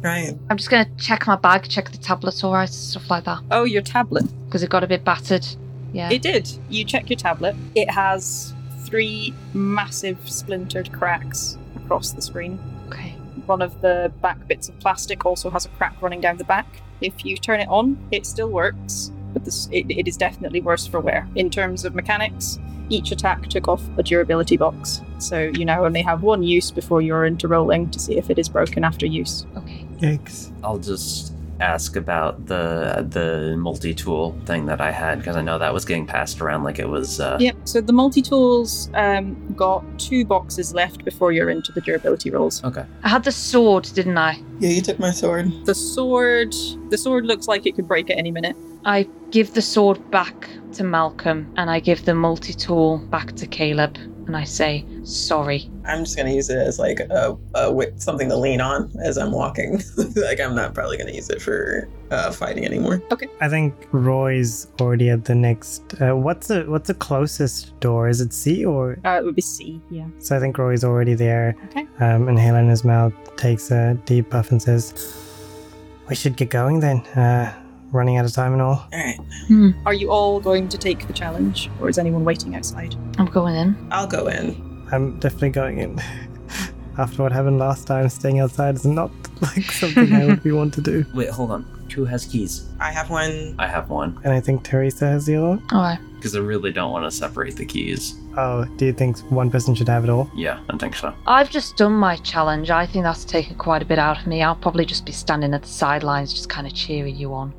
Speaker 6: Right.
Speaker 10: I'm just going to check my bag, check the tablets, all right, stuff like that.
Speaker 4: Oh, your tablet.
Speaker 10: Because it got a bit battered. Yeah.
Speaker 4: It did. You check your tablet. It has three massive splintered cracks across the screen.
Speaker 10: okay.
Speaker 4: One of the back bits of plastic also has a crack running down the back. If you turn it on, it still works, but this, it, it is definitely worse for wear. In terms of mechanics, each attack took off a durability box, so you now only have one use before you're into rolling to see if it is broken after use.
Speaker 10: Okay.
Speaker 1: Yikes.
Speaker 8: I'll just ask about the the multi tool thing that I had because I know that was getting passed around like it was. Uh,
Speaker 4: Yep, so the multi tools um, got two boxes left before you're into the durability rolls.
Speaker 10: I had the sword, didn't I?
Speaker 6: Yeah, you took my sword.
Speaker 4: The sword, the sword looks like it could break at any minute.
Speaker 10: I give the sword back to Malcolm and I give the multi tool back to Caleb and I say, sorry.
Speaker 6: I'm just gonna use it as like a, a wi- something to lean on as I'm walking. like I'm not probably gonna use it for uh, fighting anymore.
Speaker 1: I think Roy's already at the next. Uh, what's the what's the closest door? Is it C or?
Speaker 4: Uh, it would be C, yeah.
Speaker 1: So I think Roy's already there.
Speaker 4: Okay.
Speaker 1: Um, inhale in his mouth, takes a deep puff and says, "We should get going then. Uh, running out of time and all."
Speaker 6: All right,
Speaker 4: Are you all going to take the challenge, or is anyone waiting outside?
Speaker 10: I'm going in.
Speaker 6: I'll go in.
Speaker 1: I'm definitely going in. After what happened last time, staying outside is not like something I would be want to do.
Speaker 8: Wait, hold on. Who has keys?
Speaker 6: I have one.
Speaker 8: I have one
Speaker 1: And I think Teresa has the other. one.
Speaker 10: All right.
Speaker 8: because I really don't want to separate the keys.
Speaker 1: Oh, do you think one person should have it all?
Speaker 8: Yeah, I think so.
Speaker 10: I've just done my challenge. I think that's taken quite a bit out of me. I'll probably just be standing at the sidelines, just kind of cheering you on.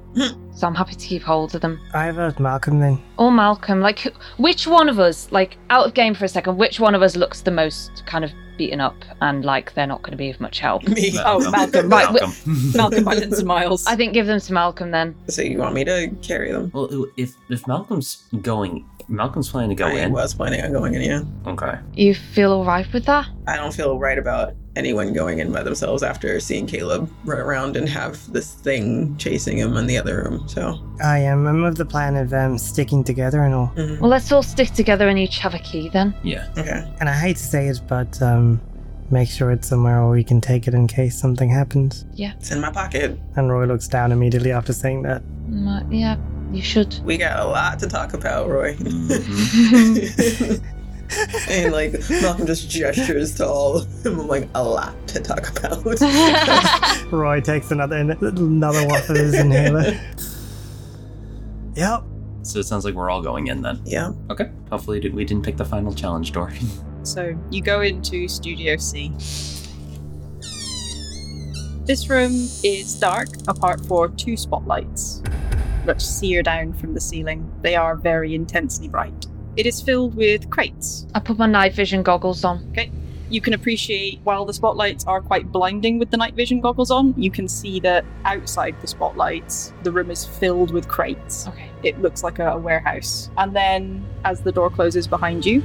Speaker 10: so I'm happy to keep hold of them.
Speaker 1: Ivor, Malcolm, then.
Speaker 10: Or Malcolm, like who- which one of us, like out of game for a second, which one of us looks the most kind of beaten up and like they're not going to be of much help?
Speaker 6: Me.
Speaker 11: Oh, Malcolm.
Speaker 10: Right, we-
Speaker 11: Malcolm by tens of miles.
Speaker 10: I think give them to Malcolm then.
Speaker 6: So you want me to carry them?
Speaker 8: Well, if if Malcolm's going, Malcolm's planning to go
Speaker 6: I
Speaker 8: in.
Speaker 6: was planning on going in, yeah.
Speaker 8: Okay.
Speaker 10: You feel all right with that?
Speaker 6: I don't feel right about anyone going in by themselves after seeing Caleb run around and have this thing chasing him in the other room. So,
Speaker 1: I am. I'm of the plan of um, sticking together and all.
Speaker 6: mhm.
Speaker 10: Well, let's all stick together and each have a key then.
Speaker 8: Yeah.
Speaker 6: okay.
Speaker 1: And I hate to say it, but um, make sure it's somewhere where we can take it in case something happens.
Speaker 6: It's in my pocket.
Speaker 1: And Roy looks down immediately after saying that.
Speaker 10: Mm, uh, Yeah, you should.
Speaker 6: We got a lot to talk about, Roy.
Speaker 8: Mhm.
Speaker 6: and like Malcolm just gestures to all of them. I'm like, a lot to talk about.
Speaker 1: Roy takes another another whiff of his inhaler. Yep.
Speaker 8: so it sounds like we're all going in then.
Speaker 6: yeah.
Speaker 8: Okay. Hopefully we didn't pick the final challenge door.
Speaker 4: So you go into Studio C. This room is dark, apart for two spotlights, which sear down from the ceiling. They are very intensely bright. It is filled with crates.
Speaker 10: I put my night vision goggles on.
Speaker 4: You can appreciate while the spotlights are quite blinding with the night vision goggles on, you can see that outside the spotlights, the room is filled with crates.
Speaker 10: Okay.
Speaker 4: It looks like a, a warehouse. And then, as the door closes behind you,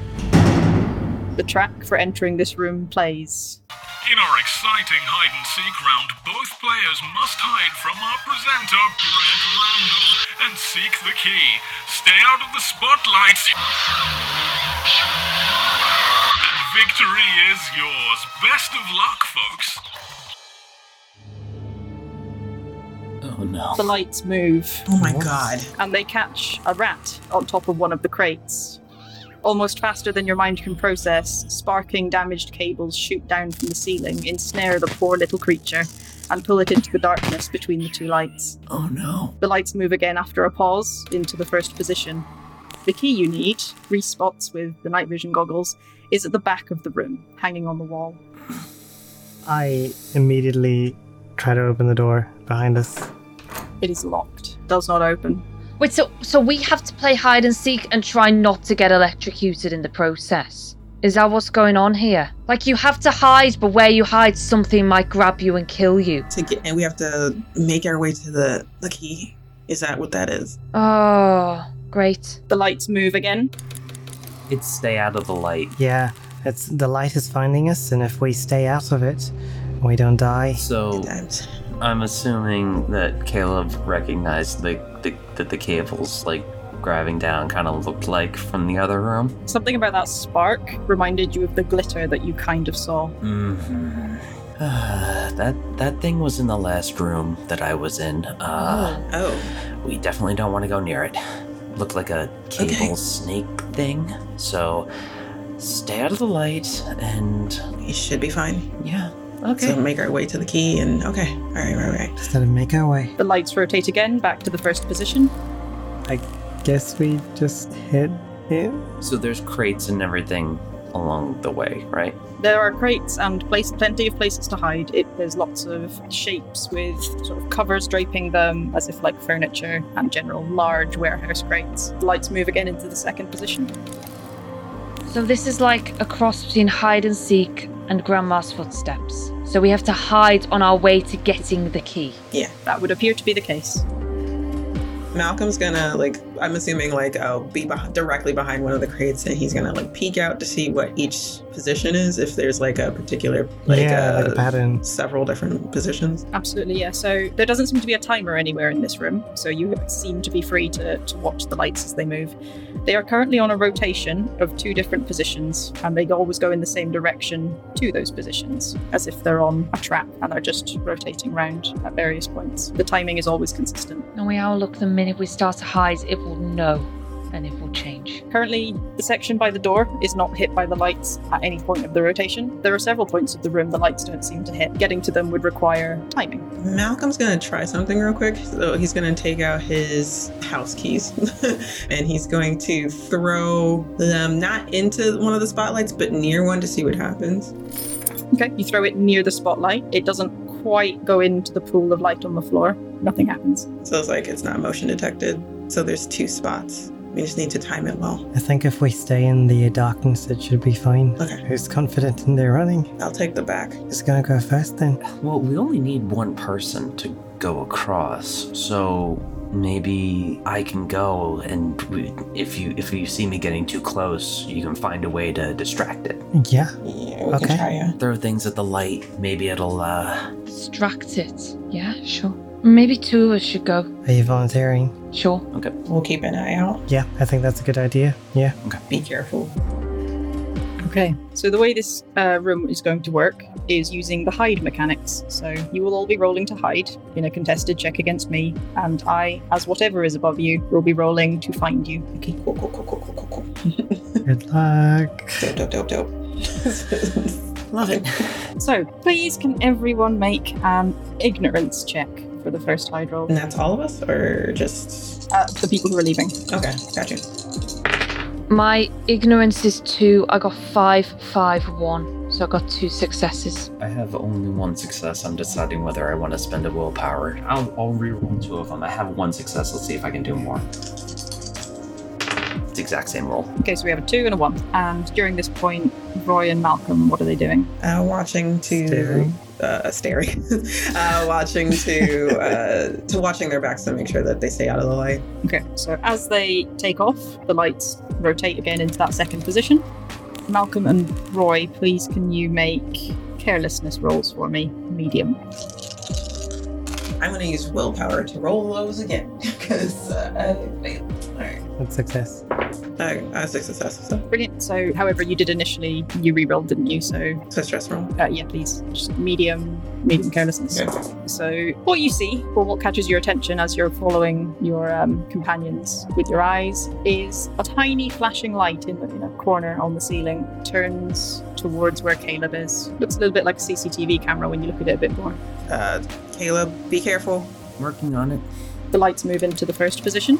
Speaker 4: the track for entering this room plays.
Speaker 9: In our exciting hide and seek round, both players must hide from our presenter, Brett Randall, and seek the key. Stay out of the spotlights. And victory is yours. Best of luck, folks.
Speaker 8: Oh no.
Speaker 4: The lights move,
Speaker 6: Oh my god.
Speaker 4: and they catch a rat on top of one of the crates. Almost faster than your mind can process, sparking damaged cables shoot down from the ceiling, ensnare the poor little creature, and pull it into the darkness between the two lights.
Speaker 8: Oh no.
Speaker 4: The lights move again after a pause into the first position. The key you need, respots with the night vision goggles, is at the back of the room, hanging on the wall.
Speaker 1: I immediately try to open the door behind us.
Speaker 4: It is locked, does not open.
Speaker 10: Wait, so so we have to play hide and seek and try not to get electrocuted in the process. Is that what's going on here? Like you have to hide, but where you hide, something might grab you and kill you.
Speaker 6: To get, and we have to make our way to the the key. Is that what that is?
Speaker 10: Oh, great.
Speaker 4: The lights move again.
Speaker 8: It's stay out of the light.
Speaker 1: Yeah, it's the light is finding us, and if we stay out of it, we don't die.
Speaker 8: So
Speaker 6: Good times.
Speaker 8: I'm assuming that Caleb recognized the, the that the cables like grabbing down kind of looked like from the other room.
Speaker 4: Something about that spark reminded you of the glitter that you kind of saw.
Speaker 8: Mm-hmm. that that thing was in the last room that I was in. Uh,
Speaker 6: Oh,
Speaker 8: We definitely don't want to go near it. Looked like a cable
Speaker 6: Okay.
Speaker 8: snake thing. So stay out of the light and
Speaker 6: we should be fine.
Speaker 8: yeah.
Speaker 6: So make our way to the key and okay. All right, right, right.
Speaker 1: Just let him make our way.
Speaker 4: The lights rotate again back to the first position.
Speaker 1: Guess we just hit him.
Speaker 8: So there's crates and everything along the way, right?
Speaker 4: There are crates and place, plenty of places to hide. It, there's lots of shapes with sort of covers draping them as if like furniture and general large warehouse crates. The lights move again into the second position.
Speaker 10: So this is like a cross between hide and seek and Grandma's footsteps. So we have to hide on our way to getting the key.
Speaker 4: That would appear to be the case.
Speaker 6: Malcolm's gonna like I'm assuming like I'll be beh directly behind one of the crates and he's gonna like peek out to see what each position is if there's like a particular like,
Speaker 1: yeah,
Speaker 6: uh,
Speaker 1: like a pattern.
Speaker 6: several different positions.
Speaker 4: Absolutely, yeah. So there doesn't seem to be a timer anywhere in this room, so you seem to be free to, to watch the lights as they move. They are currently on a rotation of two different positions, and they always go in the same direction to those positions, as if they're on a trap and they're just rotating round at various points. The timing is always consistent.
Speaker 10: And we all look the minute we start to hide, it will know and it will change.
Speaker 4: Currently, the section by the door is not hit by the lights at any point of the rotation. There are several points of the room the lights don't seem to hit. Getting to them would require timing.
Speaker 6: Malcolm's gonna try something real quick. So he's gonna take out his house keys and he's going to throw them not into one of the spotlights but near one to see what happens.
Speaker 4: Okay, you throw it near the spotlight. It doesn't quite go into the pool of light on the floor. Nothing happens.
Speaker 6: So it's like it's not motion detected. So there's two spots. We just need to time it well.
Speaker 1: I think if we stay in the darkness, it should be fine.
Speaker 6: Okay.
Speaker 1: Who's confident in their running?
Speaker 6: I'll take the back.
Speaker 1: Who's gonna go first then?
Speaker 8: Well, we only need one person to go across, so maybe I can go, and we, if you if you see me getting too close, you can find a way to distract it.
Speaker 1: Yeah.
Speaker 6: Yeah,
Speaker 1: we can Okay. try,
Speaker 8: Throw things at the light. Maybe it'll. uh
Speaker 10: Distract it. Yeah, sure. Maybe two of us should go.
Speaker 1: Are you volunteering?
Speaker 10: Sure.
Speaker 8: Okay.
Speaker 6: We'll keep an eye out.
Speaker 1: Yeah, I think that's a good idea. Yeah.
Speaker 6: Be careful.
Speaker 4: Okay. So the way this uh, room is going to work is using the hide mechanics. So you will all be rolling to hide in a contested check against me, and I, as whatever is above you, will be rolling to find you.
Speaker 6: Okay, cool, cool, cool, cool, cool, cool, cool.
Speaker 1: Good luck.
Speaker 6: Dope, dope, dope, dope. Love it.
Speaker 4: So please, can everyone make an ignorance check for the first hide roll?
Speaker 6: And that's all of us, or just
Speaker 4: Uh, the people who are leaving.
Speaker 6: okay? Gotcha.
Speaker 10: My ignorance is two. I got five, five, one. So I got two successes.
Speaker 8: I have only one success. I'm deciding whether I want to spend a willpower. I'll, I'll reroll two of them. I have one success. Let's see if I can do more. It's the exact same roll.
Speaker 4: Okay, so we have a two and a one. And during this point, Roy and Malcolm, what are they doing?
Speaker 6: Uh, watching to
Speaker 1: Staring.
Speaker 6: uh, staring, uh, watching to uh, to watching their backs to make sure that they stay out of the light.
Speaker 4: Okay, so as they take off, the lights rotate again into that second position. Malcolm and Roy, please can you make carelessness rolls for me? Medium.
Speaker 6: I'm gonna use willpower to roll those again because uh, I failed. All right,
Speaker 1: Good success.
Speaker 6: I, I have six successes. So,
Speaker 4: Brilliant. So, however, you did initially, you rerolled, didn't you? So,
Speaker 6: so stress roll.
Speaker 4: uh, yeah, please, just medium, medium carelessness.
Speaker 6: Yeah.
Speaker 4: So, what you see, or what catches your attention as you're following your um, companions with your eyes, is a tiny flashing light in, in a corner on the ceiling. Turns towards where Caleb is. Looks a little bit like a CCTV camera when you look at it a bit more.
Speaker 6: Uh, Caleb, be careful.
Speaker 8: Working on it.
Speaker 4: The lights move into the first position.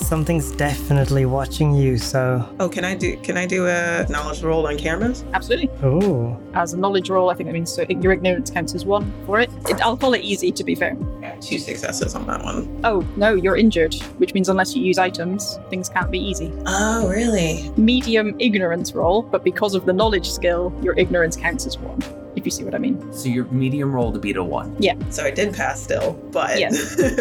Speaker 1: Something's definitely watching you, so.
Speaker 6: Oh, can I do? Can I do a knowledge roll on cameras?
Speaker 4: Absolutely.
Speaker 1: Oh.
Speaker 4: As a knowledge roll, I think that means so your ignorance counts as one for it. it. I'll call it easy to be fair.
Speaker 6: Yeah, two successes on that one.
Speaker 4: Oh, no, you're injured, which means unless you use items, things can't be easy.
Speaker 6: Oh, really?
Speaker 4: medium ignorance roll, but because of the knowledge skill, your ignorance counts as one. If you see what I mean.
Speaker 8: So your medium roll to beat a one.
Speaker 6: So I did pass still, but
Speaker 4: Yeah,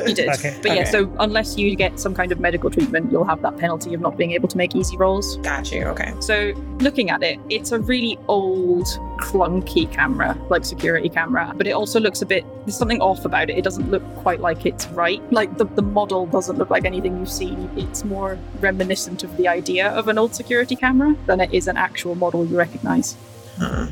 Speaker 4: You did.
Speaker 1: Okay.
Speaker 4: But yeah,
Speaker 6: Okay.
Speaker 4: so unless you get some kind of medical treatment, you'll have that penalty of not being able to make easy rolls.
Speaker 6: Got you. Okay.
Speaker 4: So looking at it, it's a really old, clunky camera, like security camera, but it also looks a bit there's something off about it. It doesn't look quite like it's right. Like the, the model doesn't look like anything you've seen. It's more reminiscent of the idea of an old security camera than it is an actual model you recognize.
Speaker 6: Huh.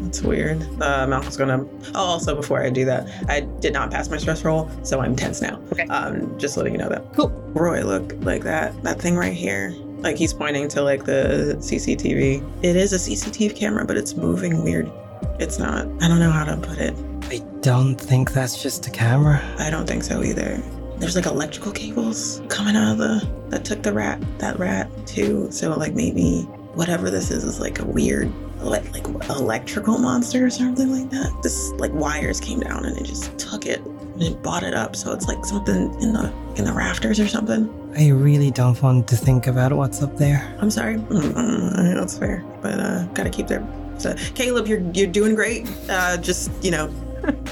Speaker 6: That's weird. Uh, Malcolm's gonna. Oh, also before I do that, I did not pass my stress roll, so I'm tense now.
Speaker 4: Okay.
Speaker 6: Um, just letting you know that.
Speaker 4: Cool.
Speaker 6: Roy, look like that. That thing right here. Like he's pointing to like the CCTV. It is a CCTV camera, but it's moving weird. It's not. I don't know how to put it.
Speaker 1: I don't think that's just a camera.
Speaker 6: I don't think so either. There's like electrical cables coming out of the that took the rat that rat too. So like maybe whatever this is is like a weird like like electrical monster or something like that. This like wires came down and it just took it and it bought it up. So it's like something in the in the rafters or something.
Speaker 1: I really don't want to think about what's up there.
Speaker 6: I'm sorry. Mm-mm, that's fair, but uh, gotta keep their. So, Caleb, you're you're doing great. Uh, just you know.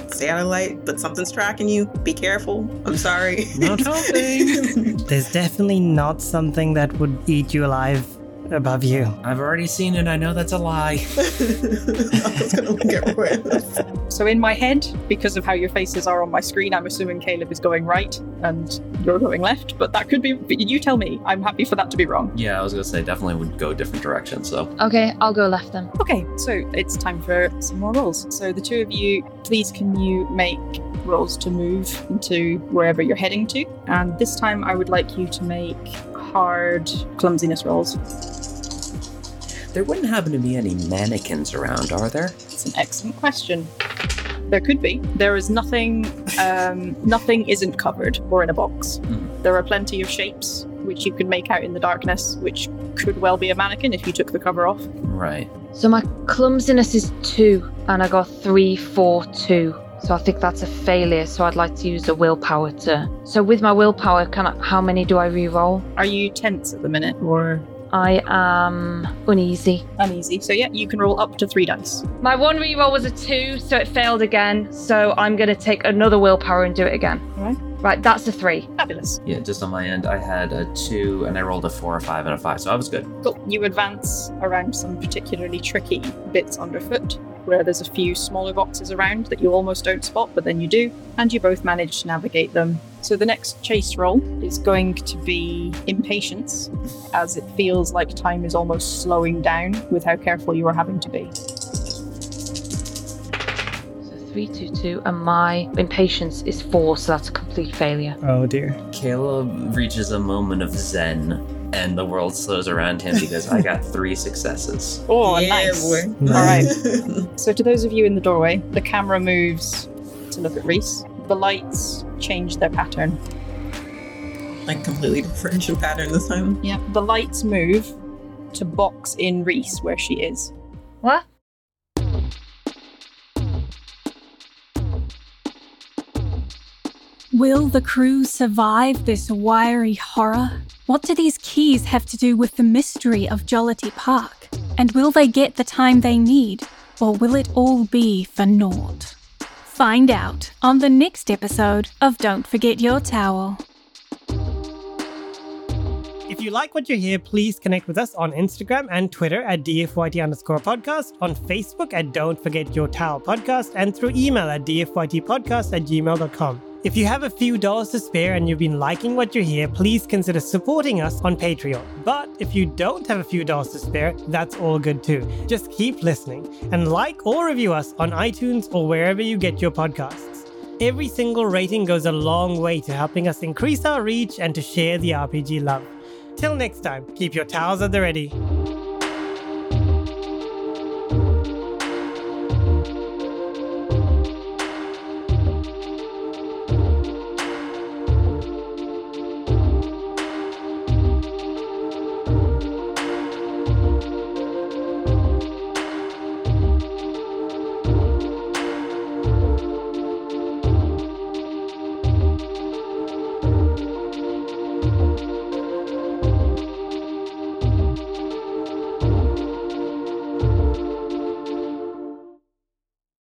Speaker 6: Stay out of light, but something's tracking you. Be careful. I'm sorry.
Speaker 8: Not helping.
Speaker 1: There's definitely not something that would eat you alive above you.
Speaker 8: I've already seen it. I know that's a lie.
Speaker 6: I was gonna look at Royals.
Speaker 4: So in my head, because of how your faces are on my screen, I'm assuming Caleb is going right and you're going left. But that could be. but You tell me. I'm happy for that to be wrong.
Speaker 8: Yeah, I was gonna say definitely would go a different direction. So
Speaker 10: Okay, I'll go left then.
Speaker 4: Okay, so it's time for some more rolls. So the two of you, please, can you make rolls to move into wherever you're heading to? And this time, I would like you to make hard clumsiness rolls.
Speaker 8: there wouldn't happen to be any mannequins around, are there?
Speaker 4: It's an excellent question. There could be. There is nothing. Um, nothing isn't covered or in a box.
Speaker 8: Mhm.
Speaker 4: There are plenty of shapes which you can make out in the darkness, which could well be a mannequin if you took the cover off.
Speaker 8: Right.
Speaker 10: So my clumsiness is two, and I got three, four, two. So I think that's a failure. So I'd like to use a willpower to. So with my willpower, can I, how many do I re-roll?
Speaker 4: Are you tense at the minute, or
Speaker 10: I am uneasy?
Speaker 4: Uneasy. So yeah, you can roll up to three dice.
Speaker 10: My one re-roll was a two, so it failed again. So I'm going to take another willpower and do it again.
Speaker 4: Right.
Speaker 10: Right, that's a three.
Speaker 4: Fabulous.
Speaker 8: Yeah, just on my end, I had a two and I rolled a four, a five, and a five, so I was good.
Speaker 4: Cool. You advance around some particularly tricky bits underfoot, where there's a few smaller boxes around that you almost don't spot, but then you do, and you both manage to navigate them. So the next chase roll is going to be impatience, as it feels like time is almost slowing down with how careful you are having to be.
Speaker 10: So three, two, two, and my impatience is four, so that's a complete failure.
Speaker 1: Oh dear.
Speaker 8: Caleb reaches a moment of zen, and the world slows around him because I got three successes.
Speaker 4: Oh, nice.
Speaker 1: Nice.
Speaker 4: All right. so, to those of you in the doorway, the camera moves to look at Reese. The lights change their pattern.
Speaker 6: Like completely different pattern this time.
Speaker 4: Yeah. The lights move to box in Reese where she is.
Speaker 10: What?
Speaker 2: Will the crew survive this wiry horror? What do these keys have to do with the mystery of Jollity Park? And will they get the time they need, or will it all be for naught? Find out on the next episode of Don't Forget Your Towel.
Speaker 1: If you like what you hear, please connect with us on Instagram and Twitter at DFYT underscore podcast, on Facebook at Don't Forget Your Towel Podcast, and through email at DFYTpodcast at gmail.com. If you have a few dollars to spare and you've been liking what you hear, please consider supporting us on Patreon. But if you don't have a few dollars to spare, that's all good too. Just keep listening and like or review us on iTunes or wherever you get your podcasts. Every single rating goes a long way to helping us increase our reach and to share the RPG love. Till next time, keep your towels at the ready.